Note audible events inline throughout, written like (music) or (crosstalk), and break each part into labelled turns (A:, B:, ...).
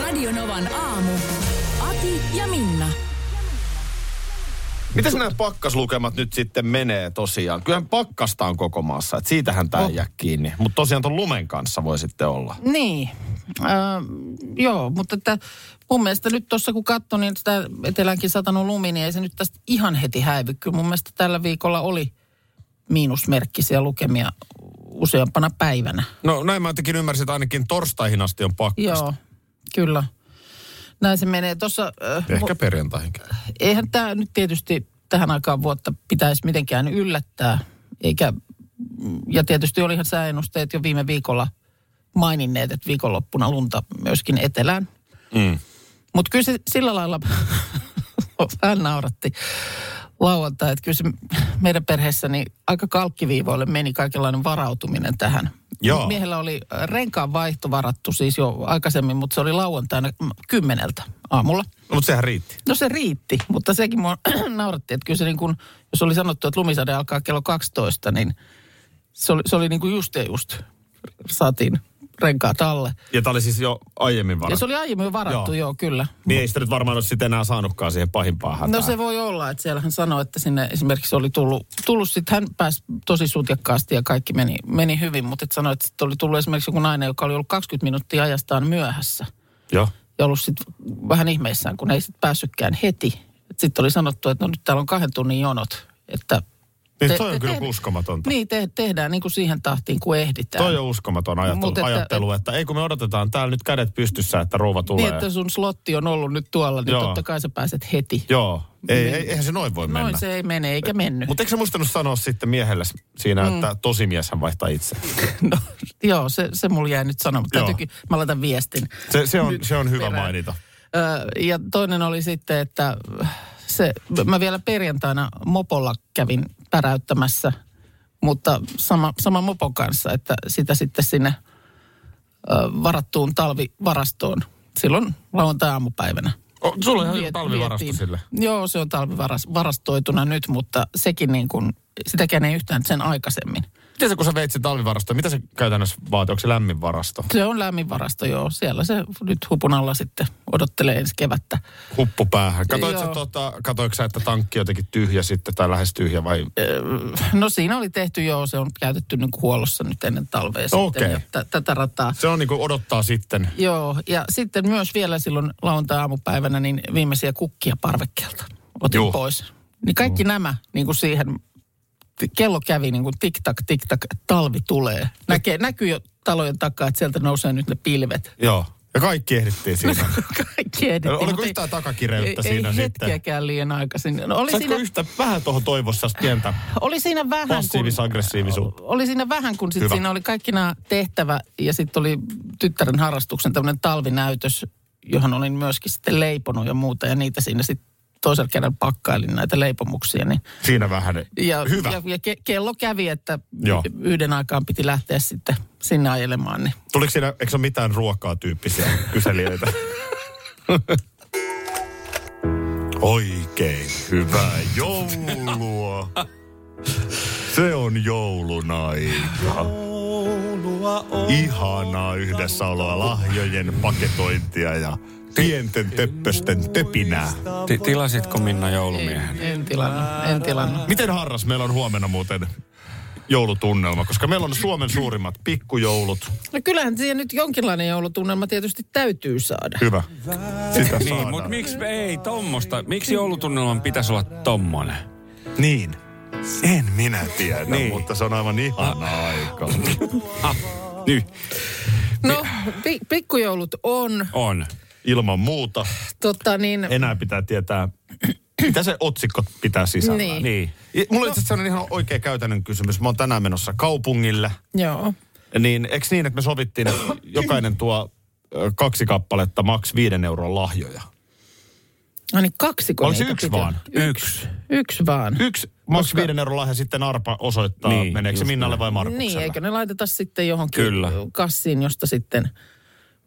A: Radionovan aamu. Ati ja Minna.
B: Mitäs nämä pakkaslukemat nyt sitten menee tosiaan? Kyllähän pakkasta on koko maassa, että siitähän tämä ei jää kiinni. Mutta tosiaan ton lumen kanssa voi sitten olla.
C: Niin. Äh, joo, mutta että mun mielestä nyt tuossa kun katsoin, niin sitä eteläänkin satanut lumi, niin ei se nyt tästä ihan heti häivy. Kyllä mun mielestä tällä viikolla oli miinusmerkkisiä lukemia useampana päivänä.
B: No näin mä jotenkin ymmärsin, että ainakin torstaihin asti on pakkasta.
C: Joo, kyllä. Näin se menee. Tuossa, äh,
B: Ehkä
C: mu-
B: perjantaihinkin.
C: eihän tämä nyt tietysti tähän aikaan vuotta pitäisi mitenkään yllättää. Eikä, ja tietysti olihan sääennusteet jo viime viikolla maininneet, että viikonloppuna lunta myöskin etelään.
B: Mm.
C: Mutta kyllä se sillä lailla (laughs) vähän nauratti lauantai, että kyllä se meidän perheessä niin aika kalkkiviivoille meni kaikenlainen varautuminen tähän.
B: Joo.
C: Miehellä oli äh, renkaan vaihto varattu siis jo aikaisemmin, mutta se oli lauantaina mm, kymmeneltä aamulla.
B: No, mutta sehän riitti.
C: No se riitti, mutta sekin mua (clears throat) nauratti, että kyllä se niin kuin, jos oli sanottu, että lumisade alkaa kello 12, niin se oli, se oli niin kuin just ja just. Saatiin renkaat alle.
B: Ja tämä oli siis jo aiemmin
C: Ja se
B: varattu. Oli...
C: oli aiemmin jo varattu,
B: Joo.
C: joo, joo kyllä.
B: Niin ei sitä nyt varmaan ole sitten enää saanutkaan siihen pahimpaan hätään.
C: No se voi olla, että siellä hän sanoi, että sinne esimerkiksi oli tullut, tullut sitten hän pääsi tosi sutjakkaasti ja kaikki meni, meni hyvin, mutta et sanoi, että sit oli tullut esimerkiksi joku nainen, joka oli ollut 20 minuuttia ajastaan myöhässä
B: Joo.
C: ja ollut sitten vähän ihmeissään, kun ei sitten päässytkään heti. Sitten oli sanottu, että no nyt täällä on kahden tunnin jonot, että
B: Niin
C: Te-
B: toi on
C: te-
B: kyllä
C: te-
B: uskomatonta.
C: niin te, tehdään niin kuin siihen tahtiin, kun ehditään.
B: Toi on uskomaton ajattelu,
C: Mut että-
B: ajattelu että ei kun me odotetaan täällä nyt kädet pystyssä, että rouva tulee.
C: Niin, että sun slotti on ollut nyt tuolla, niin
B: Joo.
C: totta kai sä pääset heti.
B: Joo, ei, ei, eihän se noin voi
C: Niin. Noin
B: mennä.
C: se ei mene, eikä mennyt.
B: Mutta eikö sä muistanut sanoa sitten miehelle siinä, mm. että tosimieshän vaihtaa itse?
C: No, joo, se, se mulla jäi nyt sanomatta.
B: Joo.
C: Täytyykin, mä laitan viestin.
B: Se, se, on,
C: Nyt
B: se on hyvä
C: perään.
B: mainita.
C: Ö, ja toinen oli sitten, että se, mä vielä perjantaina mopolla kävin päräyttämässä, mutta sama, sama mopon kanssa, että sitä sitten sinne ö, varattuun talvivarastoon silloin lauantai-aamupäivänä.
B: O, sulla on
C: Viet- vietiin. Joo, se on talvivarastoituna nyt, mutta sekin niin kuin, sitäkään ei yhtään sen aikaisemmin.
B: Miten se, kun sä veit sen talvivarastoon, mitä se käytännössä vaatii? Onko se lämmin varasto?
C: Se on lämmin varasto, joo. Siellä se nyt hupun alla sitten odottelee ensi kevättä.
B: Huppu päähän. Katoitko sä,
C: Joo.
B: tota, katoitko sä, että tankki on jotenkin tyhjä sitten tai lähes tyhjä vai?
C: Öö, No siinä oli tehty, joo, se on käytetty niin kuin huollossa nyt ennen talvea
B: Okei.
C: sitten, ja tä- tätä rataa.
B: Se on niinku odottaa sitten.
C: Joo, ja sitten myös vielä silloin lauantai-aamupäivänä niin viimeisiä kukkia parvekkeelta otin
B: Joo.
C: Juh. pois. Niin kaikki
B: Mm.
C: nämä niin kuin siihen, t- kello kävi niin kuin tik-tak, tik-tak, että talvi tulee. Näkee, näkyy jo talojen takaa, että sieltä nousee nyt ne pilvet. (laughs)
B: Joo. Ja kaikki ehdittiin siinä.
C: Kaikki edittiin,
B: Oliko
C: mutta ei-
B: yhtään takakireyttä
C: ei,
B: siinä
C: ei
B: sitten?
C: hetkeäkään liian aikaisin. No, oli,
B: Saatko
C: siinä,
B: yhtä vähän tuohon toivossa pientä
C: oli siinä vähän kun...
B: passiivis-aggressiivisuutta?
C: Oli siinä vähän, kun sit
B: Hyvä.
C: siinä oli kaikki nämä tehtävä ja sitten oli tyttären harrastuksen tämmöinen talvinäytös, johon olin myöskin sitten leiponut ja muuta. Ja niitä siinä sitten toisella kerralla pakkailin näitä leipomuksia. Niin.
B: Siinä vähän.
C: Ja,
B: Hyvä.
C: ja, ja ke, kello kävi, että
B: Joo.
C: Joo. yhden aikaan piti lähteä sitten sinne ajelemaan. Niin.
B: Tuliko siinä, eikö se ole mitään ruokaa tyyppisiä kyselijöitä? Oikein hyvää joulua. Se on joulun aika. Ihanaa yhdessäoloa, lahjojen paketointia ja pienten töppösten töpinää.
D: Ti- tilasitko Minna
B: No niin.
D: joulumiehen?
C: En, en tilannut, en tilannut.
B: Miten harras meillä on huomenna muuten joulutunnelma? Koska meillä on Suomen suurimmat pikkujoulut.
C: No kyllähän siihen nyt jonkinlainen joulutunnelma tietysti täytyy saada.
B: Hyvä. Sitä
D: Niin, mutta
B: saadaan.
D: miksi me ei tommosta? Miksi joulutunnelman pitäisi olla tommonen?
B: Niin. En minä tiedä, niin. Ah.
D: Niin.
B: mutta se on aivan ihana aika. Niin,
D: Nyt
C: No, pi, pikkujoulut on.
D: on.
B: Ilman muuta.
C: Tota niin,
B: Enää pitää tietää, mitä se otsikko pitää sisällä.
C: Niin.
D: Niin.
B: Mulla on itse asiassa sellainen ihan oikea käytännön kysymys. Mä oon tänään menossa kaupungille.
C: joo.
B: Niin, eks niin, että me sovittiin, että jokainen tuo ö, kaksi kappaletta maks viiden euron lahjoja.
C: No niin, kaksi kun
B: Oliko se
C: niitä
B: yksi
C: piti
B: vaan?
C: olla? Yksi. Yksi vaan.
B: Yksi maks viiden euron lahja sitten arpa osoittaa, niin,
D: Niin,
B: meneekö se
D: just
B: Minnalle vai Markukselle.
C: Niin, eikö ne laiteta sitten johonkin
D: Kyllä.
C: kassiin, josta sitten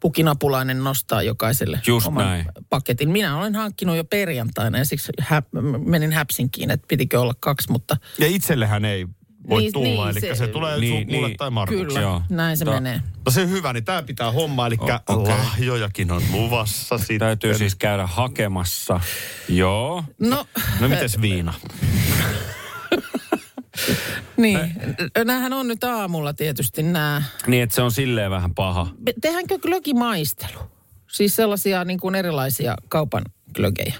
C: pukinapulainen nostaa jokaiselle
D: Just
C: oman
D: näin.
C: paketin. Minä olen hankkinut jo perjantaina ja siksi hä- menin häpsinkiin, että pitikö olla kaksi, mutta
B: Ja itsellehän ei voi
C: Niin,
B: niin, tulla,
C: niin,
B: niin, eli se,
C: se-
B: se tulee
D: Niin,
B: niin, mulle
D: niin.
B: tai Markukselle.
C: kyllä,
D: Joo.
C: näin se
D: Ta-
C: menee.
B: No se hyvä, niin tämä pitää homma, eli
D: O-
B: okay.
D: okei.
B: lahjojakin on luvassa sitten.
D: Täytyy siis käydä hakemassa. Joo. (laughs)
C: No
B: No mites viina?
C: niin, nämähän on nyt aamulla tietysti nämä.
D: Niin, että se on silleen vähän paha.
C: Tehdäänkö glögimaistelu? Siis sellaisia niin kuin erilaisia kaupan glögejä.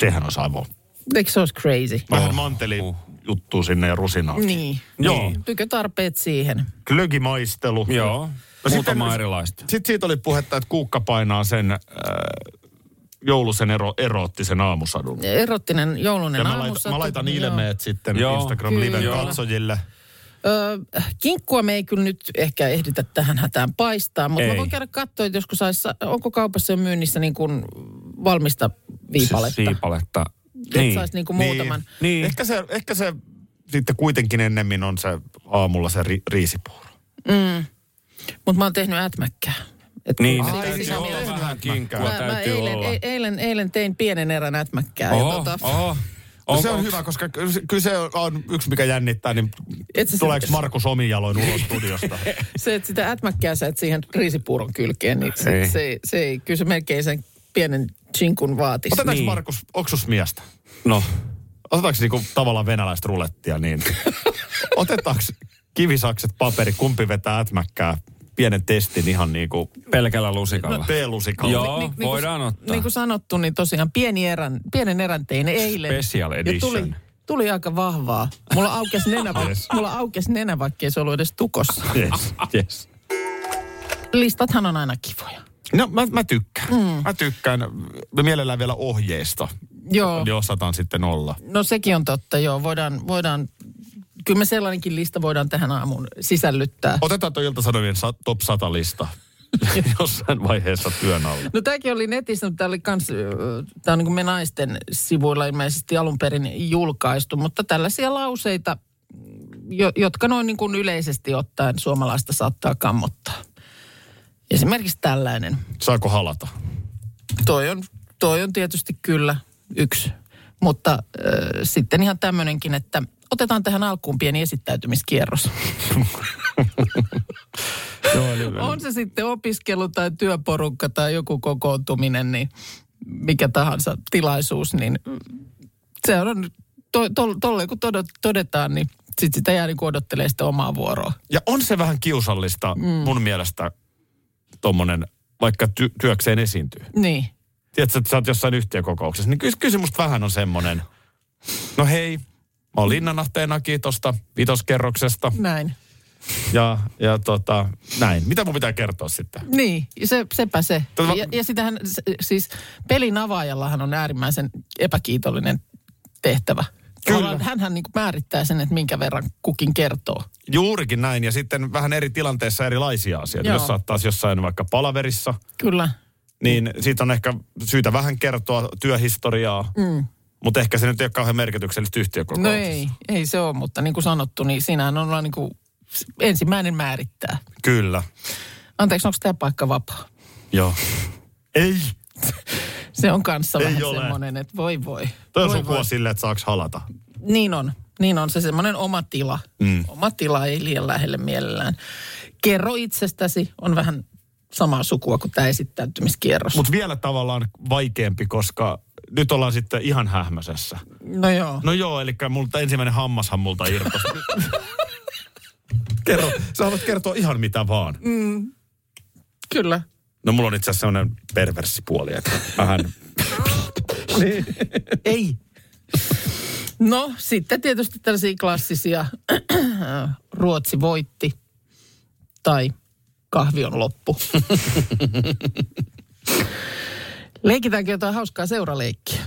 B: Sehän on aivan.
C: Eikö se olisi crazy?
D: No.
B: Vähän manteli juttu sinne ja rusinaa.
C: Niin.
D: Joo.
C: Tykö tarpeet siihen?
B: Glögimaistelu.
D: Joo.
B: No
D: Muutama
B: sitten-
D: erilaista.
B: Sitten siitä oli puhetta, että kuukka painaa sen äh, joulusen ero, eroottisen aamusadun.
C: Erottinen joulunen
B: Ja mä
C: aamusatu.
B: laitan, mä laitan
C: Joo.
B: ilmeet sitten
D: Joo.
B: Instagram-liven
D: Kyllä.
B: katsojille.
C: Ö, kinkkua me ei kyllä nyt ehkä ehditä tähän hätään paistaa, mutta
D: Ei.
C: mä voin käydä katsoa, että joskus saisi, onko kaupassa jo myynnissä niin kuin valmista viipaletta.
D: Si- Siipaletta.
C: Niin.
D: Niin.
C: Saisi niin kuin muutaman.
D: Niin.
B: Ehkä, se, ehkä se sitten kuitenkin ennemmin on se aamulla se ri, riisipuuro.
C: Mutta mä oon tehnyt ätmäkkää. Et
D: Niin,
C: kun-
D: Ai,
C: siinä- siinä
D: täytyy olla
C: mielessä-
D: vähän kinkkua,
C: Siis Mä, mä
D: täytyy
C: eilen,
D: olla.
C: e- eilen, eilen tein pienen erän ätmäkkää. ja
D: Oho,
C: tota,
D: oho.
B: No
D: On-
B: se on
D: on-
B: hyvä, koska ky- se- kyllä se on yksi, mikä jännittää, niin
C: Et sä-
B: tuleeko Markus omin jaloin ulos studiosta?
C: Se, että sitä ätmäkkää sä et siihen riisipuuron kylkeen, niin se,
D: Ei.
C: se, se, ei, kyllä se melkein sen pienen chinkun vaatisi.
B: Otetaanko niin.
D: Niin.
B: Markus oksusmiestä?
D: No,
B: Otetaanko niinku tavallaan venäläistä rulettia niin? Otetaanko kivisakset, paperi, kumpi vetää ätmäkkää? Pienen testin ihan niinku
D: pelkällä lusikalla.
B: P-lusikalla.
D: No. Joo,
C: Niin- niin kuin-
D: Oh, voidaan ottaa.
C: Niin kuin sanottu, niin tosiaan pieni erän, pienen erän tein eilen.
D: Special
C: Ja tuli,
D: edition.
C: tuli aika vahvaa. Mulla aukesi nenä,
D: (laughs)
C: va- mulla aukesi nenä vaikka ei se ollut edes tukossa.
B: Yes, yes.
C: Listathan on aina kivoja.
B: No mä, mä tykkään. Mm. Mä tykkään. Mä mielellään vielä ohjeista.
C: Joo.
B: Ne osataan sitten olla.
C: No sekin on totta, joo. Voidaan, voidaan, kyllä me sellainenkin lista voidaan tähän aamuun sisällyttää.
B: Otetaan tuo Ilta-Sanomien sa- top 100 lista jossain vaiheessa työn alla.
C: No tämäkin oli netissä, mutta tämä oli kans, tämä on niin kuin me naisten sivuilla ilmeisesti alun perin julkaistu, mutta tällaisia lauseita, jo, jotka noin niin kuin yleisesti ottaen suomalaista saattaa kammottaa. Esimerkiksi tällainen.
B: Saako halata?
C: Toi on, toi on tietysti kyllä yksi, mutta äh, sitten ihan tämmöinenkin, että otetaan tähän alkuun pieni esittäytymiskierros.
B: Joo, eli
C: On se sitten opiskelu tai työporukka tai joku kokoontuminen, niin mikä tahansa tilaisuus, niin se on, to, to, tolle kun todot, todetaan, niin sit sitä jää niin odottelee sitä omaa vuoroa.
B: Ja on se vähän kiusallista mm. mun mielestä tommonen, vaikka ty- työkseen esiintyy.
C: Niin.
B: Tiedätkö, että sä oot jossain yhtiökokouksessa, niin kyllä, kyllä se musta vähän on semmonen, no hei, mä oon linnanahteen tosta vitoskerroksesta
C: Näin.
B: ja, ja tota, näin. Mitä mun pitää kertoa sitten?
C: Niin, se, sepä se.
B: Tota-
C: Ja, ja sitähän, s- siis pelin avaajallahan on äärimmäisen epäkiitollinen tehtävä.
B: Kyllä.
C: Tavallaan Hänhän niin määrittää sen, että minkä verran kukin kertoo.
B: Juurikin näin, ja sitten vähän eri tilanteissa erilaisia asioita.
C: Joo.
B: Jos sä oot taas jossain vaikka palaverissa,
C: Kyllä.
B: niin
C: Mm.
B: siitä on ehkä syytä vähän kertoa työhistoriaa, mm. mutta ehkä se nyt ei ole kauhean merkityksellistä
C: No
B: yhtiökokouksessa.
C: ei, ei se ole, mutta niin kuin sanottu, niin siinähän on vaan niin kuin ensimmäinen määrittää.
B: Kyllä,
C: Anteeksi, onko tämä paikka vapaa?
B: joo. Ei,
C: Se on kanssa
B: Ei
C: vähän
B: ole.
C: semmoinen, että voi voi.
B: toi on
C: voi
B: sukua silleen, että saaks halata.
C: Niin on, niin on se semmoinen oma tila. Mm. Oma tila ei liian lähelle mielellään. Kerro itsestäsi, on vähän samaa sukua kuin tämä esittäytymiskierros. Mut.
B: Mutta vielä tavallaan vaikeampi, koska nyt ollaan sitten ihan hähmäsessä.
C: No joo.
B: No joo, eli multa ensimmäinen hammashan multa irtos. Kerro, sä haluat kertoa ihan mitä vaan.
C: Mm. Kyllä.
B: No mulla on itse asiassa sellainen perverssi puoli, että vähän...
C: Ei. (laughs) No sitten tietysti tällaisia klassisia (clears throat) Ruotsi voitti tai kahvi on loppu. (laughs) Leikitäänkö jotain hauskaa (laughs) seuraleikkiä?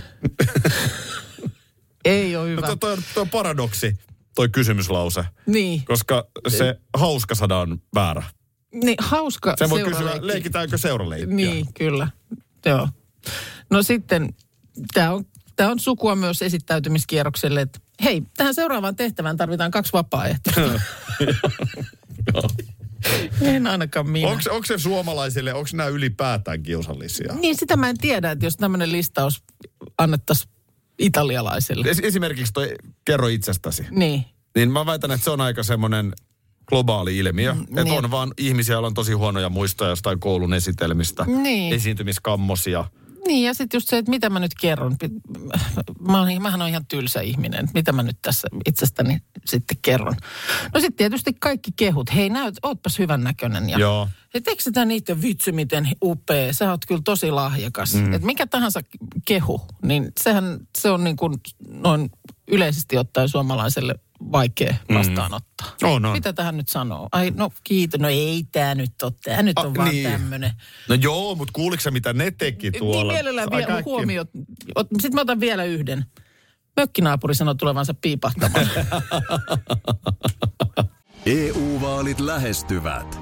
C: Ei ole (laughs) hyvä.
B: No, toi, on- toi on paradoksi, toi kysymyslause,
C: Niin,
B: koska se hauska sana on väärä.
C: Niin, hauska
B: Se voi kysyä,
C: seuraleikki.
B: leikitäänkö seuraleikkiä?
C: Niin, kyllä. Joo. No sitten, tämä on, tää on sukua myös esittäytymiskierrokselle, että hei, tähän seuraavaan tehtävään tarvitaan kaksi vapaaehtoista. en ainakaan minä.
B: Onko, onko se suomalaisille, onko nämä ylipäätään kiusallisia?
C: Niin, sitä mä en tiedä, että jos tämmöinen listaus annettaisiin italialaisille.
B: Es, esimerkiksi toi kerro itsestäsi.
C: Niin,
B: Niin mä väitän, että se on aika semmoinen globaali ilmiö. Mm, että
C: niin.
B: on vaan ihmisiä, joilla on tosi huonoja muistoja jostain koulun esitelmistä.
C: Niin.
B: Esiintymiskammosia.
C: Niin, ja sitten just se, että mitä mä nyt kerron. Pit- Mä oon, mähän on ihan tylsä ihminen, että mitä mä nyt tässä itsestäni sitten kerron. No sitten tietysti kaikki kehut. Hei, näyt, ootpas hyvän näköinen. Ja,
B: Joo.
C: Et eikö sitä niitä vitsi miten upea, sä oot kyllä tosi lahjakas. Mm. Et mikä tahansa kehu, niin sehän se on niin kuin noin yleisesti ottaen suomalaiselle vaikea
B: Mm.
C: vastaanottaa.
B: On, on.
C: Mitä tähän nyt sanoo? Ai no kiitos, no ei tää nyt ole, tää nyt
B: Ah,
C: on vaan
B: niin.
C: niin. tämmönen.
B: No joo, mutta kuuliko sä mitä ne teki tuolla?
C: Niin mielellään
B: Ai
C: vielä
B: kaikki.
C: huomiot. Sitten mä otan vielä yhden. Mökkinaapuri sanoi tulevansa
B: (laughs)
C: piipahtamaan.
E: EU-vaalit E lähestyvät.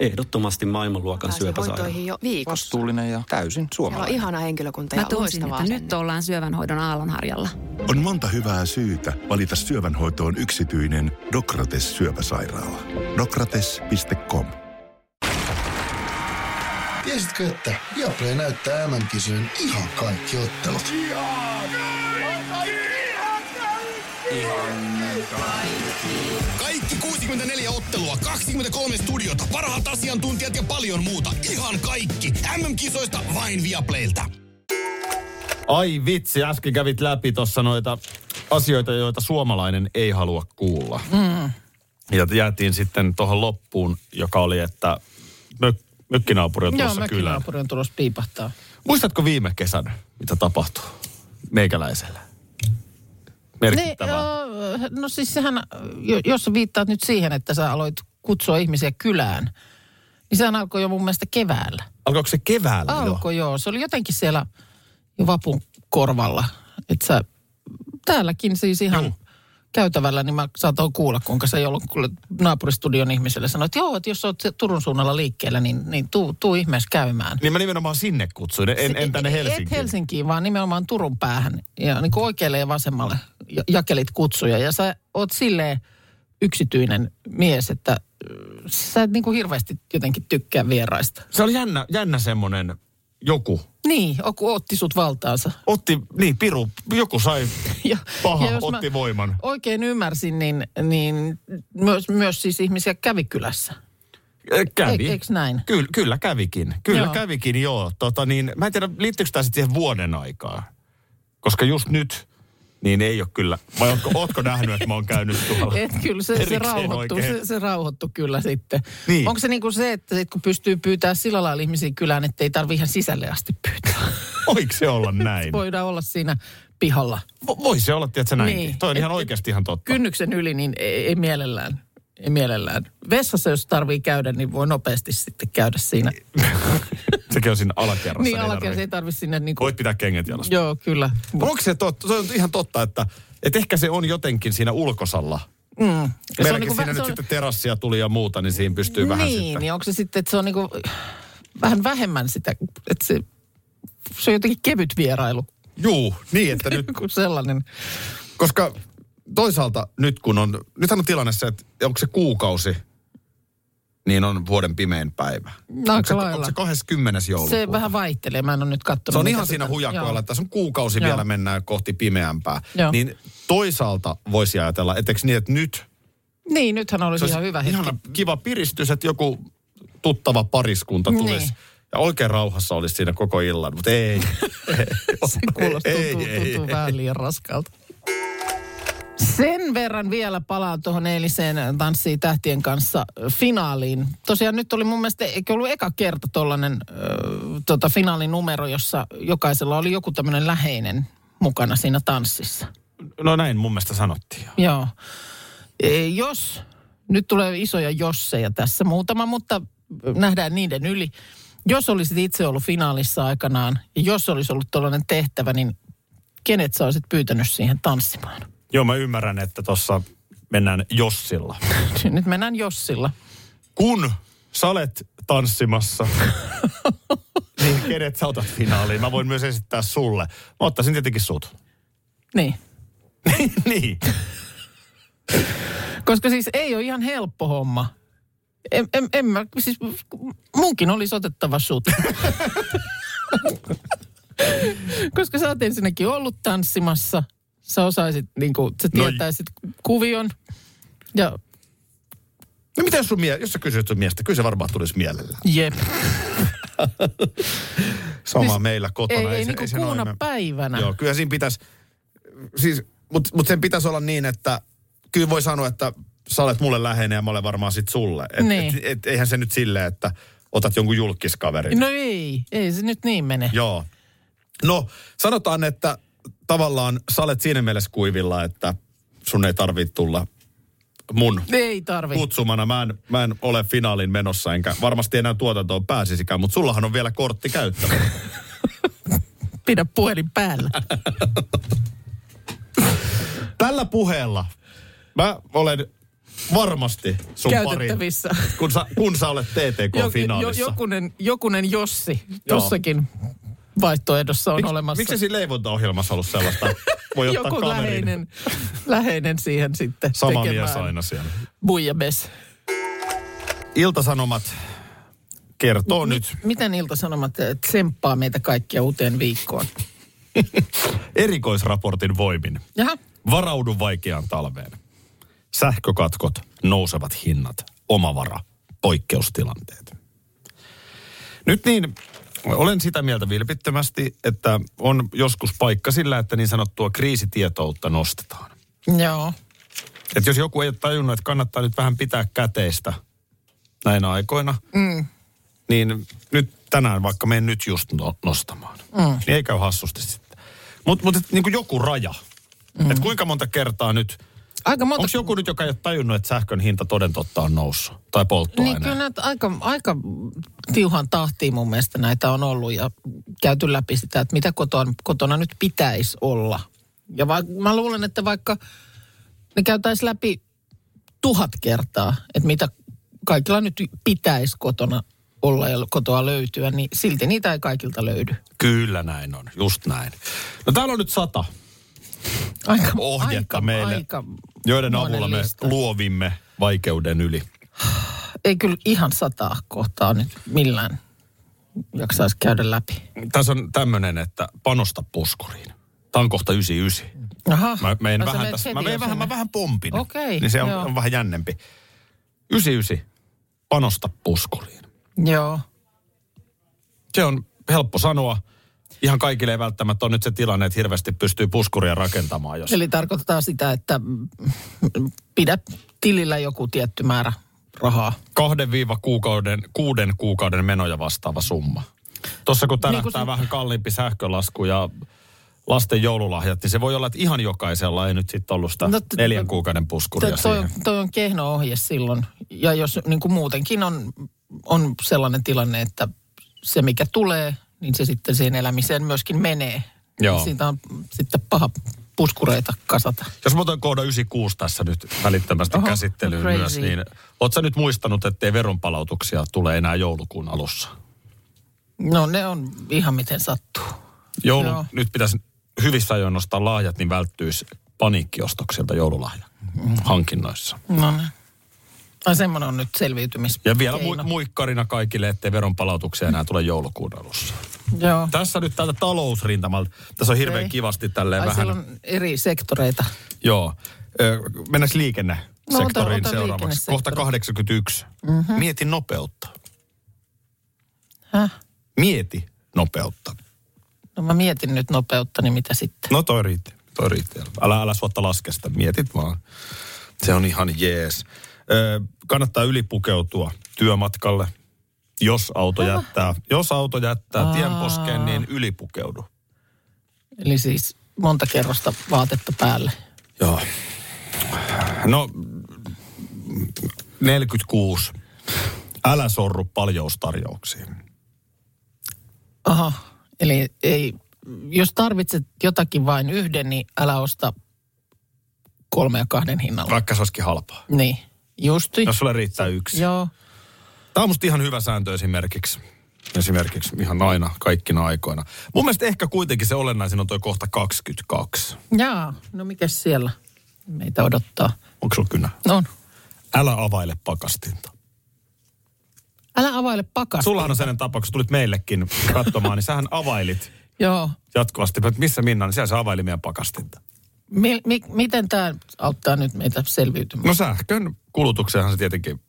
F: Ehdottomasti maailmanluokan
G: pääsi
F: syöpäsairaala.
G: hoitoihin jo viikossa.
H: Vastuullinen ja täysin
G: Siellä on
H: suomalainen.
G: ihana henkilökunta ja
I: Mä tunsin,
G: loistavaa
I: että nyt
G: asennetta.
I: ollaan syövänhoidon aallonharjalla.
J: On monta hyvää syytä valita syövänhoitoon yksityinen Dokrates syöpäsairaala. Dokrates.com
K: Tiesitkö, että Viaplay näyttää MM-kisojen ihan kaikki ottelut?
E: Kaikki 64 ottelua, 23 studiota, parhaat asiantuntijat ja paljon muuta. Ihan kaikki. MM-kisoista vain Viaplaylta.
B: Ai vitsi, äsken kävit läpi tuossa noita asioita, joita suomalainen ei halua kuulla. Mm. Ja jäätiin sitten tuohon loppuun, joka oli, että mök- mökkinaapuri on
C: Joo,
B: tuossa kyllä.
C: mökkinaapuri on tulossa piipahtaa.
B: Muistatko viime kesän, mitä tapahtui meikäläiselle? Merkittävää.
C: joo, no siis sehän, jo- jos sä viittaat nyt siihen, että sä aloit kutsua ihmisiä kylään, niin sehän alkoi jo mun mielestä keväällä.
B: Alkoiko se keväällä? jo?
C: Alkoi joo. Se oli jotenkin siellä jo vapun korvalla. Että sä täälläkin siis
B: Mm.
C: ihan joo. käytävällä, niin mä saatoin kuulla, kuinka se jollekulle naapuristudion ihmiselle sanoi, että joo, että jos oot se Turun suunnalla liikkeellä, niin, niin tuu, tuu ihmeessä käymään.
B: Niin mä nimenomaan sinne kutsuin, en, en tänne Helsinkiin.
C: Et Helsinkiin, vaan nimenomaan Turun päähän. Ja niin kuin oikealle ja vasemmalle ja- jakelit kutsuja. Ja sä oot silleen yksityinen mies, että ö, sä et niin kuin hirveästi jotenkin tykkää vieraista.
B: Se oli jännä, jännä semmonen joku.
C: Niin, kun otti sut valtaansa.
B: Otti, niin Piru, joku
C: (laughs)
B: sai paha,
C: jos mä
B: otti voiman.
C: Oikein ymmärsin, niin, niin myös, myös siis ihmisiä kävi kylässä.
B: Eh, Kävi.
C: Eik- eiks näin?
B: Kyllä, kyllä kävikin. Kyllä joo.
C: Joo.
B: kävikin, joo. Tota, niin, mä en tiedä, liittyykö tämä sitten siihen vuoden aikaan. Koska just nyt, niin ei ole kyllä. Vai ootko, ootko nähnyt, että mä oon käynyt tuolla?
C: (laughs) Et kyllä se, se
B: Erikseen
C: rauhoittuu,
B: oikein.
C: se, se rauhoittuu kyllä sitten.
B: Niin.
C: Onko se niin kuin se, että sit kun pystyy pyytää sillä lailla ihmisiä kylään, että ei tarvi ihan sisälle asti pyytää.
B: Niin. Voiko se olla näin? Voi,
C: Voidaan olla siinä pihalla.
B: voi se olla, tiedätkö näin. Niin.
C: Niin.
B: Toi on ihan
C: Et-
B: oikeasti ihan totta.
C: Kynnyksen yli, niin ei, ei mielellään. Ei mielellään. Vessassa, jos tarvii käydä, niin voi nopeasti sitten käydä siinä.
B: Sekin on siinä alakerrassa.
C: Niin
B: ei
C: alakerrassa ei
B: tarvitse-
C: tarvi sinne niin kuin...
B: Voit pitää kengät jalassa.
C: Joo, kyllä.
B: Onko se totta? Se on ihan totta, että, että ehkä se on jotenkin siinä ulkosalla.
C: Ja
B: Meilläkin
C: niinku
B: siinä
C: vähän-
B: nyt
C: se on-
B: sitten terassia tuli ja muuta, niin siinä pystyy vähän
C: niin,
B: sitten.
C: niin onko se sitten, että se on niinku vähän vähemmän sitä, että se, se on jotenkin kevyt vierailu
B: Juu, niin että nyt,
C: kuin sellainen.
B: koska toisaalta nyt kun on, nythän on tilanne se, että onko se kuukausi, niin on vuoden pimein päivä.
C: No
B: onko, se,
C: aika
B: onko
C: lailla.
B: se 20. joulukuuta?
C: Se vähän vaihtelee, mä en ole nyt katsonut.
B: Se on
C: mitä
B: ihan
C: sitä-
B: siinä hujakoilla,
C: joo.
B: että tässä on kuukausi
C: Joo.
B: vielä mennään kohti pimeämpää.
C: Joo.
B: Niin toisaalta voisi ajatella, etteikö niin, että nyt
C: Niin, nythän olisi ihan hyvä hetki.
B: ihana kiva piristys, että joku tuttava pariskunta
C: Niin.
B: tulisi. Ja oikein rauhassa olisi siinä koko illan, mutta
C: (laughs)
B: ei.
C: Se kuulostaa tuntuu, tuntuu vähän liian raskalta. Sen verran vielä palaan tuohon eiliseen Tanssii tähtien kanssa finaaliin. Tosiaan nyt oli mun mielestä, eikö ollut eka kerta tuollainen äh, tota, finaalinumero, jossa jokaisella oli joku tämmöinen läheinen mukana siinä tanssissa.
B: No näin mun mielestä sanottiin.
C: Joo. E, jos, nyt tulee isoja josseja tässä muutama, mutta nähdään niiden yli. Jos olisit itse ollut finaalissa aikanaan ja jos olisi ollut tuollainen tehtävä, niin kenet sä olisit pyytänyt siihen tanssimaan?
B: Joo, mä ymmärrän, että tuossa mennään jossilla.
C: Nyt mennään Jossilla.
B: Kun sä olet (laughs) tanssimassa, niin kenet sä otat finaaliin? Mä voin myös esittää sulle. Mä ottaisin tietenkin sut.
C: Niin.
B: (laughs) niin.
C: Koska siis ei ole ihan helppo homma. En, en, en mä, siis munkin olisi otettava sut. Koska sä oot ensinnäkin ollut tanssimassa. Sä osaisit, niin kuin, sä
B: No-
C: tietäisit kuvion. Ja
B: No mitä jos sun mie- jos sä kysyt sun miestä, kyllä se varmaan tulisi mielellä.
C: jep.
B: Sama
C: Siis
B: meillä kotona.
C: ei, ei
B: se-
C: niinku
B: se noin
C: kuuna
B: mene.
C: päivänä.
B: Joo, kyllä siinä pitäisi, siis, mutta mut sen pitäisi olla niin, että kyllä voi sanoa, että sä olet mulle läheinen ja mä olen varmaan sit sulle. Et,
C: Niin.
B: et, et, eihän se nyt silleen, että otat jonkun julkiskaverin.
C: No ei, ei se nyt niin mene.
B: Joo. No, sanotaan, että tavallaan sä olet siinä mielessä kuivilla, että sun ei tarvitse tulla mun
C: Ei tarvi.
B: kutsumana. Mä en, mä en ole finaalin menossa, enkä varmasti enää tuotantoon pääsisikään, mutta sullahan on vielä kortti käyttämättä.
C: Pidä puhelin
B: (laughs)
C: päällä.
B: Tällä puheella mä olen varmasti sun
C: Käytettävissä.
B: parin, kun sä, kun sä olet TTK-finaalissa.
C: jokunen, jokunen Jossi
B: Joo.
C: tossakin vaihtoehdossa on
B: Miks-
C: olemassa.
B: Miksi siinä leivontaohjelmassa ollut sellaista? Voi ottaa
C: Joku
B: kaverin.
C: läheinen, läheinen siihen sitten
B: Sama
C: tekemään.
B: mies aina siellä.
C: Buijabes.
B: Iltasanomat kertoo nyt
C: Miten Ilta-Sanomat eh, tsemppaa meitä kaikkia uuteen viikkoon?
B: erikoisraportin voimin.
C: Jaha,
B: Varaudu vaikeaan talveen. Sähkökatkot, nousevat hinnat, omavara, poikkeustilanteet. Nyt niin, olen sitä mieltä vilpittömästi, että on joskus paikka sillä, että niin sanottua kriisitietoutta nostetaan.
C: joo.
B: Että jos joku ei ole tajunnut, että kannattaa nyt vähän pitää käteistä näinä aikoina, mm. niin nyt tänään vaikka menen nyt just no, nostamaan. Mm. Niin ei käy hassusti sitten. Mutta mut, niin kuin joku raja. Mm. Että kuinka monta kertaa nyt,
C: Aika monta...
B: onko joku nyt, joka ei ole tajunnut, että sähkön hinta toden totta on noussut? Tai polttoaineen?
C: Niin kyllä näitä aika, aika tiuhan tahtiin mun mielestä näitä on ollut ja käyty läpi sitä, että mitä kotona, kotona nyt pitäisi olla. Ja va, mä luulen, että vaikka ne käytäisiin läpi tuhat kertaa, että mitä kaikilla nyt pitäisi kotona olla ja kotoa löytyä, niin silti niitä ei kaikilta löydy.
B: kyllä näin on, just näin. No täällä on nyt sata.
C: Aika,
B: Ohjetta meille, joiden
C: monen
B: avulla me
C: lista.
B: luovimme vaikeuden yli.
C: Ei kyllä ihan sataa kohtaa nyt millään jaksaisi käydä läpi.
B: Tässä on tämmöinen, että panosta puskuriin. Tämä on kohta 99.
C: Aha.
B: Mä mein
C: No sä
B: vähän
C: menet
B: tässä.
C: heti
B: Mä mein vähän, mä
C: sinne.
B: vähän pompin.
C: Okei,
B: Niin se on,
C: joo.
B: on vähän jännempi. 99. Panosta puskuriin.
C: Joo.
B: Se on helppo sanoa. Ihan kaikille ei välttämättä ole nyt se tilanne, että hirveästi pystyy puskuria rakentamaan, jos...
C: Eli tarkoittaa sitä, että mm, pidä tilillä joku tietty määrä rahaa.
B: kahden viiva kuukauden, kuuden kuukauden menoja vastaava summa. Tuossa kun tärähtää niin
C: kun se-
B: vähän kalliimpi sähkölasku ja lasten joululahjat, niin se voi olla, että ihan jokaisella ei nyt sitten ollut sitä
C: No
B: no,
C: t-
B: neljän kuukauden puskuria
C: Toi, toi,
B: siihen.
C: on- toi on kehno ohje silloin. Ja jos niin kuin muutenkin on, on sellainen tilanne, että se mikä tulee, niin se sitten siihen elämiseen myöskin menee.
B: Joo.
C: Niin Siitä on sitten paha puskureita kasata.
B: Jos mä otan kohdan 96 tässä nyt välittömästi
C: Oho, no
B: Oho, käsittelyyn
C: crazy.
B: myös, niin oot sä nyt muistanut, ettei veronpalautuksia tule enää joulukuun alussa?
C: No ne on ihan miten sattuu.
B: Joulu,
C: Joo.
B: nyt pitäisi hyvissä ajoin nostaa lahjat, niin välttyisi paniikkiostoksilta joululahja hankinnoissa.
C: No ne. Ai semmoinen on nyt selviytymis.
B: Ja vielä mu-
C: keino.
B: muikkarina kaikille, ettei veronpalautuksia enää tule joulukuun alussa.
C: Joo.
B: Tässä nyt tältä talousrintamalta, tässä on hirveän
C: Okei.
B: kivasti tälleen
C: Ai
B: vähän.
C: siellä on eri sektoreita.
B: Joo. Ö, Mennäänkö
C: No, ota-
B: liikennesektoriin
C: ota
B: seuraavaksi?
C: liikennesektori.
B: Kohta 81. Mm-hmm. Mieti nopeutta.
C: Mhm. Häh?
B: Mieti nopeutta.
C: No mä mietin nyt nopeutta, niin mitä sitten?
B: No toi riitti. toi riittää. Älä, älä suotta laske sitä, mietit vaan. Se on ihan jees. Ö, kannattaa ylipukeutua työmatkalle, jos auto jättää. Jos auto jättää tien poskeen, niin ylipukeudu.
C: Eli siis monta kerrosta vaatetta päälle.
B: Joo. No, 46. Älä sorru paljoustarjouksiin.
C: Aha, eli ei, jos tarvitset jotakin vain yhden, niin älä osta kolme ja kahden hinnalla.
B: Vaikka se olisikin halpaa.
C: Niin, justi.
B: Jos sulle riittää yksi.
C: Joo,
B: Tämä on musta ihan hyvä sääntö esimerkiksi. Esimerkiksi ihan aina, kaikkina aikoina. Mun mielestä ehkä kuitenkin se olennaisin on toi kohta 22.
C: jaa, no mikäs siellä meitä odottaa?
B: Onko sulla kynä?
C: No on.
B: Älä availe pakastinta.
C: Älä availe pakasta.
B: Sullahan on sellainen tapa, kun sä tulit meillekin katsomaan, niin sähän availit
C: Joo.
B: jatkuvasti. Mä, että Missä Minna, niin siellä sä availi meidän pakastinta.
C: Mi- mi- miten tämä auttaa nyt meitä selviytymään?
B: No sähkön kulutukseenhan se tietenkin.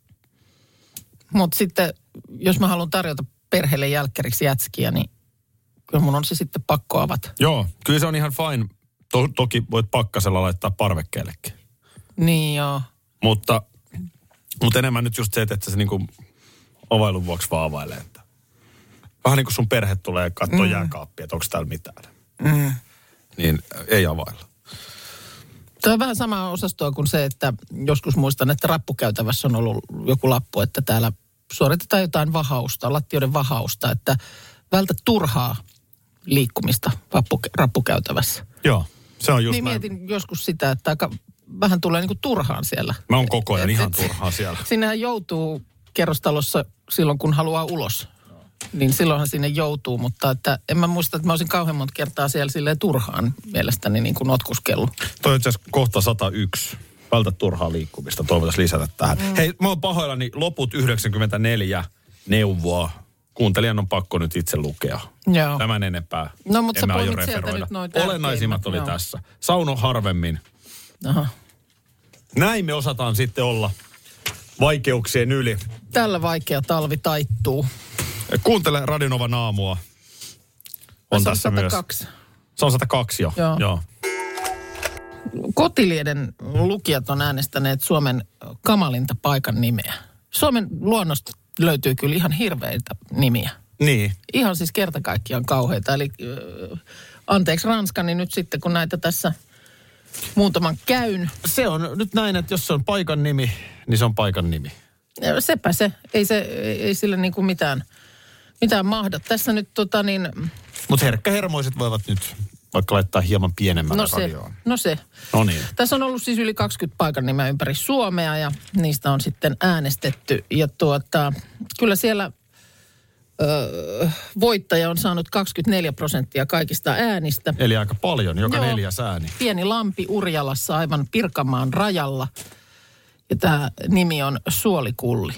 C: Mutta sitten, jos mä haluan tarjota perheelle jälkkäriksi jätskiä, niin kyllä mun on se sitten pakko avata.
B: Joo, kyllä se on ihan fine. To- toki voit pakkasella laittaa parvekkeellekin.
C: Niin joo.
B: Mutta, mutta enemmän nyt just se, että se niinku availun vuoksi vaan availee. Että. Vähän niin kuin sun perhe tulee katsoa mm. jääkaappia, että onko täällä mitään. Mm. Niin äh, ei availla.
C: Tämä on vähän samaa osastoa kuin se, että joskus muistan, että rappukäytävässä on ollut joku lappu, että täällä suoritetaan jotain vahausta, lattioiden vahausta, että vältä turhaa liikkumista rappu- rappukäytävässä.
B: Joo, se on just
C: niin
B: näin.
C: mietin joskus sitä, että aika vähän tulee niinku turhaan siellä.
B: Mä oon koko ajan
C: Et-
B: ihan
C: et-
B: turhaa siellä.
C: (laughs) Sinnehän joutuu kerrostalossa silloin, kun haluaa ulos. Niin silloinhan sinne joutuu, mutta että en mä muista, että mä olisin kauhean monta kertaa siellä silleen turhaan mielestäni niin kuin notkuskellut.
B: Toi on itse asiassa kohta 101. Vältä turhaa liikkumista, toivotaan lisätä tähän. Mm. Hei, mä oon pahoillani, loput 94 neuvoa. Kuuntelijan on pakko nyt itse lukea.
C: Joo.
B: Tämän enempää.
C: No, mut
B: En
C: sä
B: mä aio
C: poimit sieltä
B: referoida.
C: nyt noin tärkeimmät,
B: Olennaisimmat oli
C: joo.
B: tässä. Sauno harvemmin.
C: Aha.
B: Näin me osataan sitten olla vaikeuksien yli.
C: Tällä vaikea talvi taittuu.
B: Kuuntele Radinovan aamua. On
C: Se
B: tässä myös.
C: 102.
B: Se on 102 jo.
C: Joo.
B: Joo.
C: Kotilieden lukijat on äänestäneet Suomen kamalinta paikan nimeä. Suomen luonnosta löytyy kyllä ihan hirveitä nimiä.
B: Niin.
C: Ihan siis kerta kaikkiaan kauheita. Eli ö, anteeksi Ranska, niin nyt sitten kun näitä tässä muutaman käyn,
B: Se on nyt näin, että jos se on paikan nimi, niin se on paikan nimi.
C: ö, sepä se. Ei, se, ei ei sille niin kuin mitään, mitään mahda. Tässä nyt tota niin,
B: Mutta herkkähermoiset voivat nyt vaikka laittaa hieman pienemmän
C: no se,
B: radioon.
C: no se.
B: No niin.
C: Tässä on ollut siis yli 20 paikan nimeä ympäri Suomea ja niistä on sitten äänestetty. Ja tuota, kyllä siellä ö, voittaja on saanut 24 prosenttia kaikista äänistä.
B: Eli aika paljon, joka
C: Joo.
B: neljäs ääni.
C: Pieni lampi Urjalassa aivan Pirkanmaan rajalla. Ja tämä nimi on Suolikulli.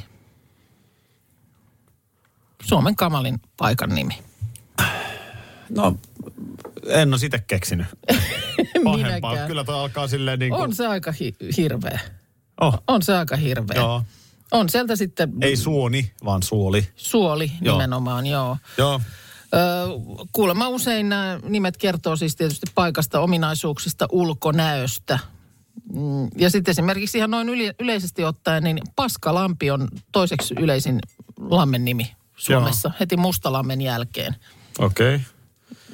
C: Suomen kamalin paikan nimi.
B: Niin No, en ole sitä keksinyt. Pahempaa.
C: (laughs) Minäkään.
B: Kyllä toi alkaa silleen niin kuin...
C: On se aika hi- hirveä.
B: Oh.
C: On se aika hirveä.
B: Joo.
C: On sieltä sitten
B: Ei suoni, vaan suoli.
C: suoli
B: Joo.
C: nimenomaan, joo.
B: Joo.
C: Ö, kuulemma usein nämä nimet kertoo siis tietysti paikasta, ominaisuuksista, ulkonäöstä. Mm, Ja sitten esimerkiksi ihan noin yle- yleisesti ottaen, niin Paskalampi on toiseksi yleisin lammen nimi Suomessa Joo. heti Mustalammen jälkeen.
B: Okei. Okay.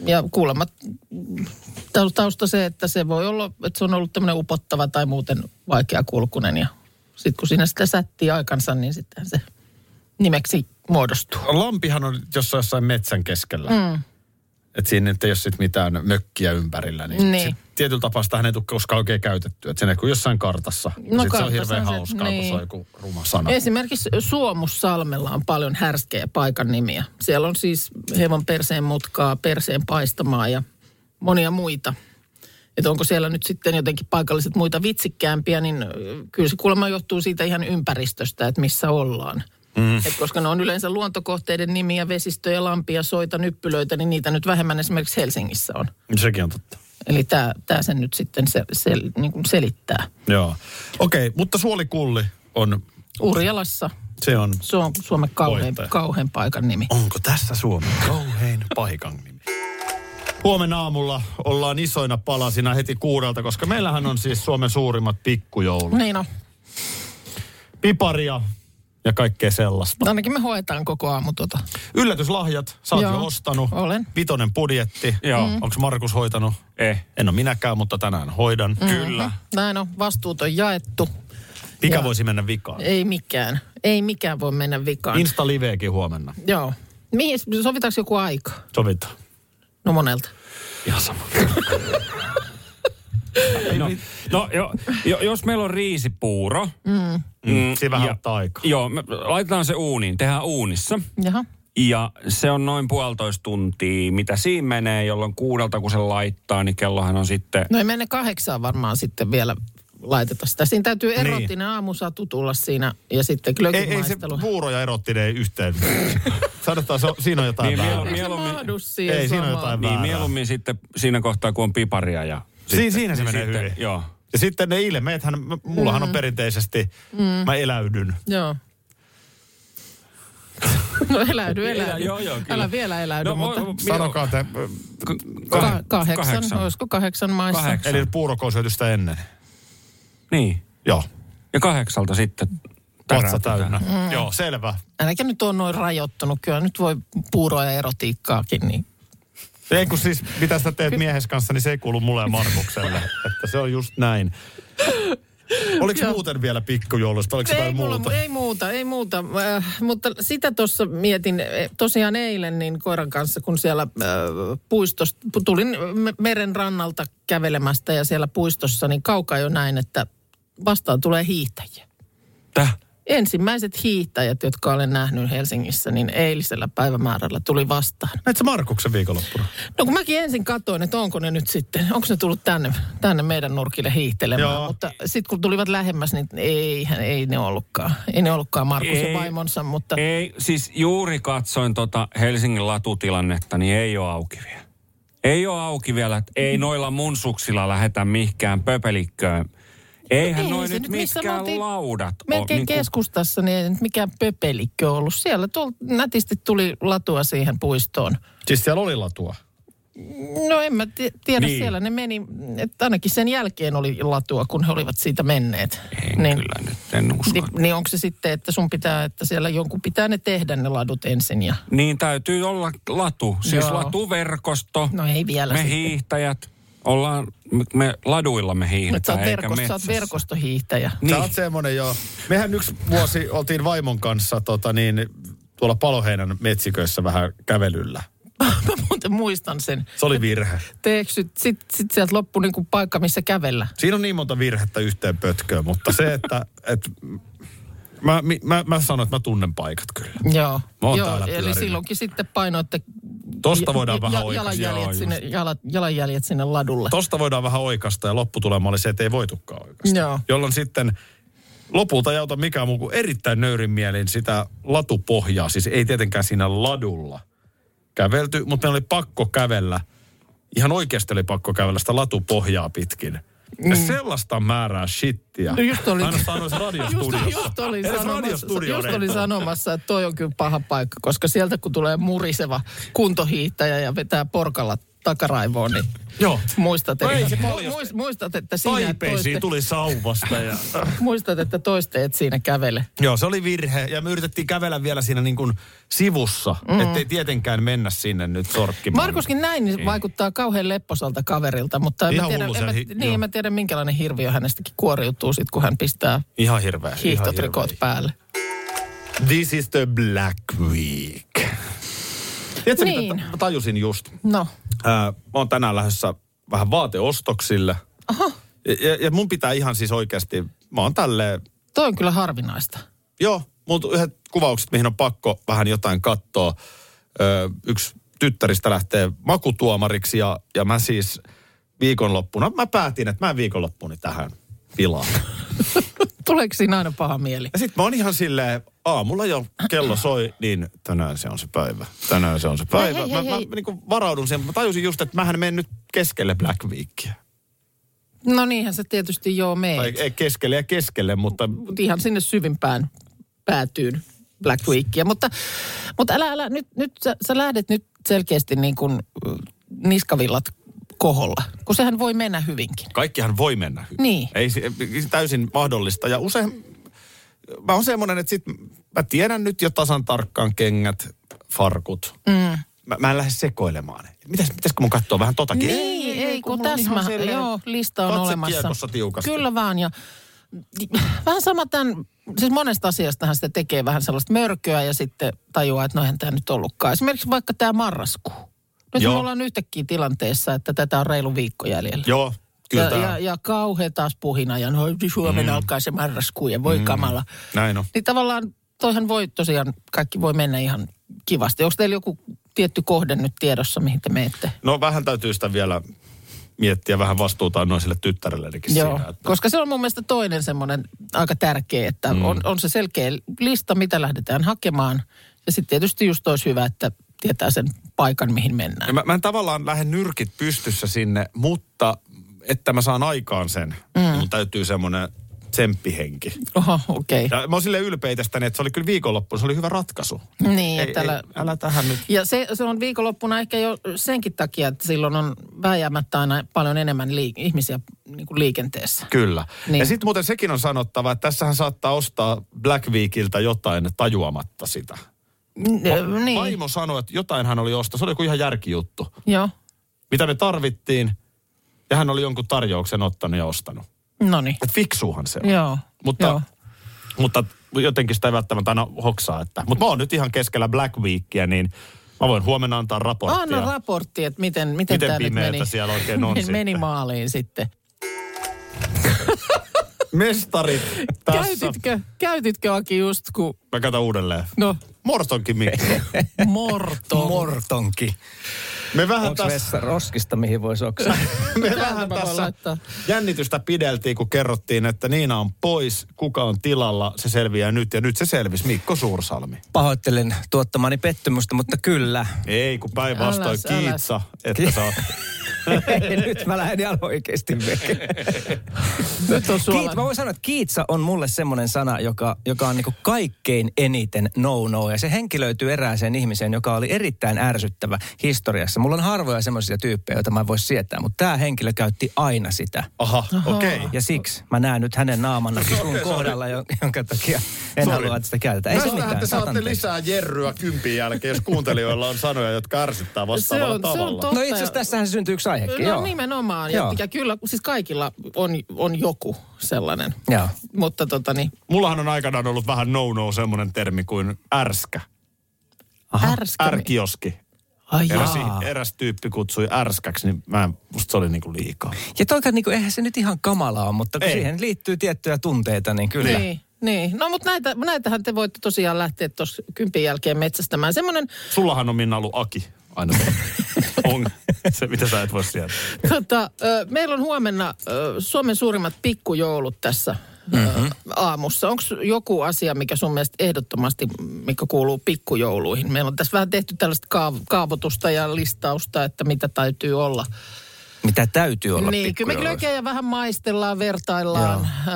C: Ja kuulemma mm, tau- tausta se, että se voi olla, että se on ollut tämmöinen upottava tai muuten vaikeakulkunen. Ja sitten kun siinä sitä sättii aikansa, niin sittenhän se nimeksi muodostuu.
B: Lampihan on jossain, jossain metsän keskellä. Mm. Et siinä nyt ei ole sit mitään mökkiä ympärillä. Niin,
C: Niin.
B: niin. Sit tietyllä tapaa sitä ei tule koskaan oikein käytetty. Et se näkyy jossain kartassa. No, sit se on
C: kartassa
B: hirveän
C: on se,
B: hauskaa, kun
C: niin.
B: se on joku ruma sana.
C: Esimerkiksi Suomussalmella on paljon härskejä paikan nimiä. Siellä on siis hevon perseen mutkaa, perseen paistamaa ja monia muita. Että onko siellä nyt sitten jotenkin paikalliset muita vitsikkäämpiä, niin ö, kyllä se kuulemma johtuu siitä ihan ympäristöstä, että missä ollaan. Mm. Et koska ne on yleensä luontokohteiden nimiä, vesistöjä, lampia, soita, nyppylöitä, niin niitä nyt vähemmän esimerkiksi Helsingissä on.
B: Sekin on totta.
C: Eli tämä sen nyt sitten se, se, niin kuin selittää.
B: Joo. Okei, okay, mutta suolikulli on,
C: Urjalassa,
B: se on
C: se on Suomen kauhean,
B: Voittaja.
C: kauhean paikan nimi.
B: Onko tässä Suomen kauhein paikan nimi? Huomenna aamulla ollaan isoina palasina heti kuudelta, koska meillähän on siis Suomen suurimmat
D: No.
B: pikkujoulut.
C: Niin on.
B: Piparia ja kaikkea
D: No.
B: sellaista.
C: Ainakin me hoetaan koko aamu tuota.
B: Yllätyslahjat, sä oot
C: Joo,
B: jo ostanut.
C: olen.
B: Vitonen budjetti.
D: Joo. Mm.
B: Onko Markus hoitanut?
D: Eh.
B: En ole minäkään, mutta tänään hoidan. Mm.
D: Kyllä.
C: Näin on, vastuut on jaettu.
B: Mikä
C: Ja-
B: voisi mennä vikaan?
C: Ei mikään. Ei mikään voi mennä
D: Mm.
C: vikaan.
B: Insta liveekin huomenna.
C: Joo. Mihin, sovitaanko joku aika?
B: Sovitaan.
C: No monelta.
B: Ihan sama.
D: (laughs) No jo, jo, jos meillä on riisipuuro,
B: Mm, siinä vähän
D: ja-
B: ottaa aikaa.
D: joo, me laitetaan se uuniin, tehdään uunissa.
C: Jaha.
D: Ja se on noin puolitoista tuntia, mitä siinä menee, jolloin kuudelta kun se laittaa, niin kellohan on sitten...
C: No ei mene kahdeksaan varmaan sitten vielä laiteta sitä. Siinä täytyy erottinen niin. aamusatu tulla siinä ja sitten
B: Ei, ei se
C: glögimaistelu.
B: puuro ja erottinen ei
D: (laughs)
B: yhteen. Sanotaan, se on, siinä on jotain
D: Niin,
B: niin,
D: meillä on-
B: väärää.
C: Ei se
D: mieluummin-
C: mahdu siihen
B: Ei, siinä on
C: samaan.
B: jotain
D: Niin
B: väärää.
D: mieluummin sitten siinä kohtaa, kun on piparia ja...
B: Si- siinä se
D: niin
B: menee
D: sitten-
B: hyvin.
D: Joo.
B: Ja sitten ne ilmeethän, m- mullahan mm. on perinteisesti, mm. mä eläydyn.
C: Joo. (laughs) No eläydy, eläydy.
D: joo, joo, kyllä.
C: Älä vielä eläydy, no, mutta
D: voi-
B: Sanokaa te,
C: ka- kahdeksan,
D: kahdeksan.
C: kahdeksan, olisiko kahdeksan maissa?
D: Kahdeksan.
B: eli puuroko on syöty sitä ennen.
D: Niin.
B: Joo,
D: Ja kahdeksalta sitten
B: vatsa
D: täräytetään.
B: täynnä. Mm. Joo, selvä.
C: Äläkä nyt on noin rajoittunut, kyllä nyt voi puuroa ja erotiikkaakin, niin
B: Ei kun siis, mitä sä teet miehes kanssa, niin se ei kuulu mulle ja Markukselle. (laughs) Että se on just näin. Oliko muuten vielä pikkujoulusta, oliko
C: ei,
B: jotain
C: mulla,
B: muuta?
C: ei muuta, ei muuta. Äh, mutta sitä tuossa mietin eh, tosiaan eilen niin koiran kanssa, kun siellä äh, puistossa, pu- tulin me- meren rannalta kävelemästä ja siellä puistossa, niin kaukaa jo näin, että vastaan tulee hiihtäjiä.
D: Täh?
C: Ensimmäiset hiihtäjät, jotka olen nähnyt Helsingissä, niin eilisellä päivämäärällä tuli vastaan.
B: Näit sä Markuksen viikonloppuna?
C: No kun mäkin ensin katsoin, että onko ne nyt sitten, onko ne tullut tänne, tänne meidän nurkille hiihtelemään.
B: Joo.
C: Joo. Mutta sitten kun tulivat lähemmäs, niin ei, ei ne ollutkaan. Ei ne ollutkaan Markus
D: Ei.
C: ja vaimonsa, mutta ei.
D: Ei, siis juuri katsoin tota Helsingin latutilannetta, niin ei ole auki vielä. Ei ole auki vielä, että ei
C: Mm-hmm.
D: noilla mun suksilla lähetä mihkään pöpelikköön. Eihän
C: Ei
D: noi
C: se
D: nyt
C: nyt, missä me
D: mitkään
C: oltiin-
D: laudat
C: melkein
D: niinku-
C: keskustassa niin ei nyt mikään pöpelikkö ollut. Siellä tuol, nätisti tuli latua siihen puistoon.
B: Siis siellä oli latua.
C: No en mä ti- tiedä,
D: Niin.
C: niin. siellä ne meni, että ainakin sen jälkeen oli latua, kun he olivat siitä menneet.
D: En niin. kyllä nyt, en usko.
C: Niin,
D: Niin,
C: niin onko se sitten, että sun pitää, että siellä jonkun pitää ne tehdä ne ladut ensin ja...
D: niin täytyy olla latu, siis Joo.
C: Joo.
D: latuverkosto.
C: No ei vielä
D: me
C: sitten.
D: hiihtäjät ollaan, me, me laduilla me
C: Nyt sä
D: hiihdetään,
C: oot,
D: eikä
C: verkosto, sä oot
D: metsässä.
C: verkostohiihtäjä. (laughs)
B: Niin. Sä
D: Niin.
B: oot semmonen joo. Mehän yksi vuosi oltiin vaimon kanssa tota niin, tuolla Paloheinän metsiköissä vähän kävelyllä.
C: Mä muuten muistan sen.
B: Se oli virhe.
C: Teeksyt, sit, sit sieltä loppu niinku paikka, missä kävellä.
B: Siinä on niin monta virhettä yhteen pötköön, mutta se, että... Et, mä, mi- mä, mä sanon, että mä tunnen paikat kyllä.
C: Joo.
B: Mä oon
C: Joo
B: täällä
C: eli
B: pyörinyt.
C: silloinkin sitten painoitte
B: Tosta voidaan vähän oikaista.
C: jalanjäljet,
B: Joo,
C: sinne, jalat, jalanjäljet sinne ladulle.
B: Tosta voidaan vähän oikasta ja lopputulema oli se, että ei voitukaan oikasta.
C: Joo.
B: Jolloin sitten lopulta ei auta mikään muu kuin erittäin nöyrin mielin sitä latupohjaa. Siis ei tietenkään siinä ladulla kävelty, mutta meillä oli pakko kävellä. Ihan oikeasti oli pakko kävellä sitä latupohjaa pitkin. Ja sellaista määrää shittiä.
C: Mm. No just oli-
B: Mä en sanoisi
C: Just,
B: radiostudiossa.
C: just, oli
B: Edes
C: sanomassa,
B: radiostudio
C: just
B: ei
C: oli
B: ole.
C: sanomassa, että toi on kyllä paha paikka, koska sieltä kun tulee muriseva kuntohiihtäjä ja vetää porkalla takaraivoon, niin
B: Joo.
C: muistat,
B: No ei
C: että,
B: se paljon-
C: muist- muistat, että siinä
B: Taipeisiin
C: toiste,
B: tuli sauvasta
C: (laughs)
B: ja...
C: muistat, että toisteet siinä kävele.
B: Joo, se oli virhe. Ja me yritettiin kävellä vielä siinä niin kuin sivussa, mm. ettei tietenkään mennä sinne nyt sorkkimaan.
C: Markuskin näin niin vaikuttaa kauhean lepposalta kaverilta, mutta en mä
B: Ihan
C: tiedä,
B: hullu
C: en mä,
B: siellä hi-
C: niin,
B: joo.
C: en mä tiedä, minkälainen hirviö hänestäkin kuoriutuu sit, kun hän pistää
B: Ihan hirveä.
C: hiihtotrikot
B: ihan
C: päälle.
B: hirveä. This is the Black Week. Tiedätkö, niin.
C: Niin.
B: mitä t- mä tajusin just?
C: No,
B: Ää, mä oon tänään lähdössä vähän vaateostoksille. Ja, ja, ja mun pitää ihan siis oikeasti, mä oon tälleen,
C: toi on kyllä harvinaista.
B: joo, mulla on yhdet kuvaukset, mihin on pakko vähän jotain katsoa. Öö, yksi tyttäristä lähtee makutuomariksi ja, ja mä siis viikonloppuna, mä päätin, että mä en viikonloppuni tähän tilaan.
C: Tuleeko siinä aina paha mieli?
B: Ja sit mä oon ihan silleen, aamulla jo kello soi, niin tänään se on se päivä. Tänään se on se päivä.
C: hei,
B: mä
C: hei,
B: mä,
C: hei.
B: niin varaudun siihen, mä tajusin just, että mähän menen nyt keskelle Black Weekia.
C: No niinhän se tietysti joo
B: Tai
C: mee.
B: ei keskelle ja keskelle, mutta
C: Mutta ihan sinne syvimpään päätyyn Black Weekia. Mutta, mutta älä, älä, nyt, nyt sä, sä lähdet nyt selkeästi niin kuin niskavillat koholla, kun sehän voi mennä hyvinkin.
B: Kaikkihan voi mennä hyvin.
C: Niin.
B: Ei se- ei se täysin mahdollista. Ja usein mä oon semmoinen, että sit mä tiedän nyt jo tasan tarkkaan kengät, farkut. Mm. Mä, mä en lähde sekoilemaan. Mitäs, pitäisikö mun katsoa vähän totakin?
C: Niin, ei, kun
B: mulla on ihan
C: täsmä,
B: silleen
C: joo, lista on
B: katse
C: olemassa.
B: kiekossa tiukasti.
C: Kyllä vaan, ja vähän sama tämän, siis monesta asiastahan sitä tekee vähän sellaista mörköä ja sitten tajuaa, että no eihän tämä nyt ollutkaan. Esimerkiksi vaikka tämä marraskuu. Nyt
B: Joo.
C: me ollaan yhtäkkiä tilanteessa, että tätä on reilu viikko jäljellä.
B: Joo, kyllä
C: ja,
B: tää,
C: ja, ja kauhea taas puhina ja no, huomenna mm. alkaa se marraskuu ja voi mm. kamala.
B: näin on.
C: Niin tavallaan toihan voi tosiaan, kaikki voi mennä ihan kivasti. Onko teillä joku tietty kohde nyt tiedossa, mihin te menette?
B: No vähän täytyy sitä vielä miettiä vähän vastuuta noiselle tyttärellenikin
C: Joo,
B: siinä. Että,
C: koska se on mun mielestä toinen semmoinen aika tärkeä, että mm. on, on se selkeä lista, mitä lähdetään hakemaan. Ja sitten tietysti just olisi hyvä, että tietää sen paikan, mihin mennään.
B: Ja mä, mä en tavallaan lähde nyrkit pystyssä sinne, mutta että mä saan aikaan sen, mm. niin mun täytyy semmoinen tsemppihenki.
C: Oho, okei.
B: (laughs) Ja mä oon silleen ylpeä tästä, että se oli kyllä viikonloppu, se oli hyvä ratkaisu.
C: Okay. Niin,
B: ei,
C: että älä...
B: ei, älä tähän nyt.
C: Ja se, se on viikonloppuna ehkä jo senkin takia, että silloin on vääjäämättä aina paljon enemmän liik- ihmisiä niin kuin liikenteessä.
B: Kyllä. Niin.
C: Niin.
B: Ja sitten muuten sekin on sanottava, että tässähän saattaa ostaa Black Weekiltä jotain tajuamatta sitä. Mm,
C: N- niin,
B: Vaimo sanoi, että jotain hän oli ostanut. Se oli joku ihan järkijuttu.
C: joo.
B: Mitä me tarvittiin, ja hän oli jonkun tarjouksen ottanut ja ostanut.
C: No niin,
B: Et fiksuuhan se on.
C: joo.
B: Mutta,
C: joo.
B: mutta jotenkin sitä ei välttämättä aina hoksaa. Että. Mutta mä oon nyt ihan keskellä Black Weekia, niin mä voin huomenna antaa raporttia.
C: Anna raportti, että miten, miten,
B: Miten
C: tää nyt
B: pimeätä
C: meni.
B: siellä oikein on
C: (laughs) meni
B: sitten.
C: maaliin sitten. (laughs)
B: Mestarit tässä.
C: Käytitkö, käytitkö Aki just kun,
B: Mä katson uudelleen.
C: no,
B: Mortonkin Mikko.
G: (laughs)
C: morto.
G: Mortonki.
B: Me vähän
G: Onko
B: tässä...
G: vessa roskista, mihin voisi oksaa?
B: Me
C: Täältä
B: vähän
C: mä voin
B: tässä
C: laittaa.
B: jännitystä pideltiin, kun kerrottiin, että Niina on pois, kuka on tilalla, se selviää nyt. Ja nyt se selvisi, Mikko Suursalmi.
G: Pahoittelen tuottamani pettymystä, mutta (laughs) kyllä.
B: Ei, kun päinvastoin
C: Äläs, äläs.
B: kiitsa, että sä oot...
G: Ei, nyt mä lähden ihan oikeasti veke.
C: Nyt on suola.
G: Kiit, no, mä voin sanoa, että kiitsa on mulle semmoinen sana, joka, joka on niinku kaikkein eniten no-no. Ja se henki löytyy erääseen ihmiseen, joka oli erittäin ärsyttävä historiassa. Mulla on harvoja semmoisia tyyppejä, joita mä en voi sietää, mutta tämä henkilö käytti aina sitä.
B: Aha, okei. Okay.
G: Ja siksi mä näen nyt hänen naamanna sun kohdalla, jo- jonka takia en
B: Sorry.
G: halua, että sitä käytetään. Ei se
B: Tästähän
G: mitään.
B: te
G: saat
B: saatte
G: anteeksi.
B: lisää jerryä kympin jälkeen, jos kuuntelijoilla on sanoja, jotka ärsyttää vastaavalla
C: Se on- se on
B: tavalla.
C: totta.
G: No itse asiassa tässähän se syntyy yksi aihekin,
C: No
G: joo.
C: nimenomaan. Ja,
G: Joo.
C: ja kyllä, siis kaikilla on, on joku sellainen.
G: Joo.
C: Mutta tota niin,
B: Mullahan on aikanaan ollut vähän no-no semmoinen termi kuin ärskä.
C: ärskä.
B: Ärkioski.
G: Ai
B: Eräs, eräs tyyppi kutsui ärskäksi, niin mä, en- musta se oli niinku liikaa.
G: Ja toika, niinku, eihän se nyt ihan kamalaa ole, mutta kun
B: Ei.
G: siihen liittyy tiettyjä tunteita, niin kyllä.
C: Niin, niin. No mutta näitä, näitähän te voitte tosiaan lähteä tuossa kympin jälkeen metsästämään. Semmoinen,
B: Sullahan on Minna ollut Aki
G: (laughs)
B: aina. on se, mitä sä et voi sieltä.
C: tota, ö, meillä on huomenna ö, Suomen suurimmat pikkujoulut tässä mm-hmm. aamussa. Onko joku asia, mikä sun mielestä ehdottomasti, mikä kuuluu pikkujouluihin? Meillä on tässä vähän tehty tällaista kaav- kaavoitusta ja listausta, että mitä täytyy olla.
G: Mitä täytyy olla
C: niin, kyllä me
G: pikkujouluissa.
C: kyllä ja vähän maistellaan, vertaillaan. Ö,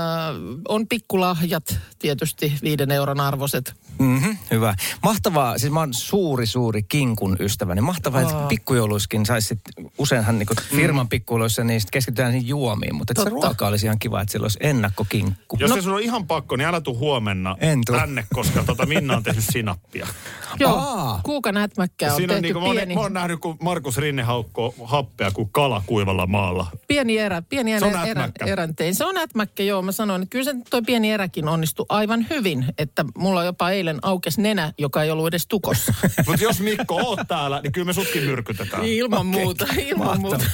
C: on pikkulahjat tietysti, viiden euron arvoiset.
G: Mm-hmm, hyvä. Mahtavaa, siis mä oon suuri, suuri kinkun ystäväni. Mahtavaa, että pikkujouluissakin saisi sit, useinhan niinku
B: Mm.
G: firman pikkujouluissa, niin sit keskitytään niihin juomiin. Mutta et se
C: Totta.
G: ruoka olisi ihan kiva, että siellä olisi ennakkokinkku.
B: Jos no. se sun on ihan pakko, niin älä tuu huomenna
G: En tuu.
B: tänne, koska tota Minna on tehnyt sinappia.
C: Joo,
G: Aa.
C: kuukan hätmäkkää on
B: Siinä on
C: tehty
B: niinku, mä, oon,
C: pieni,
B: mä oon nähnyt, kun Markus Rinne haukkoo happea kuin kala kuivalla maalla.
C: pieni erä, pieni
B: Se on
C: erä, erä,
B: ätmäkkä.
C: eräntein. Se on ätmäkkä, joo. Mä sanoin, että kyllä se toi pieni eräkin onnistui aivan hyvin, että mulla jopa eilen aukes nenä, joka ei ollut edes tukossa.
B: Mutta jos Mikko oot täällä, niin kyllä me sutkin myrkytetään.
C: ilman muuta, ilman muuta.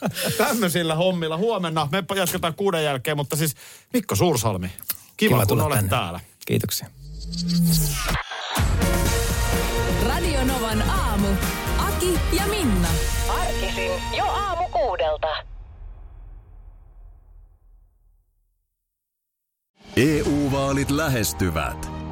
B: (laughs) Tämmöisillä hommilla huomenna. Me jatketaan kuuden jälkeen, mutta siis Mikko Suursalmi, kiva, kiva kun
G: tulla
B: olet
G: tänne.
B: täällä.
G: Kiitoksia.
A: Radio Novan aamu. Aki ja Minna.
H: Arkisin jo aamu kuudelta.
E: EU-vaalit E lähestyvät.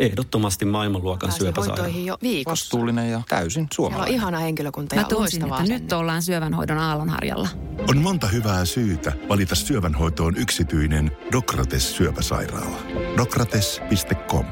F: Ehdottomasti maailmanluokan
I: Pääsee
F: syöpäsairaala.
I: hoitoihin jo viikossa.
F: Vastuullinen ja täysin
I: Siellä on ihana henkilökunta Mä ja tunsin, loistavaa että nyt ollaan syövänhoidon aallonharjalla.
J: On monta hyvää syytä valita syövänhoitoon yksityinen Dokrates syöpäsairaala. Dokrates.com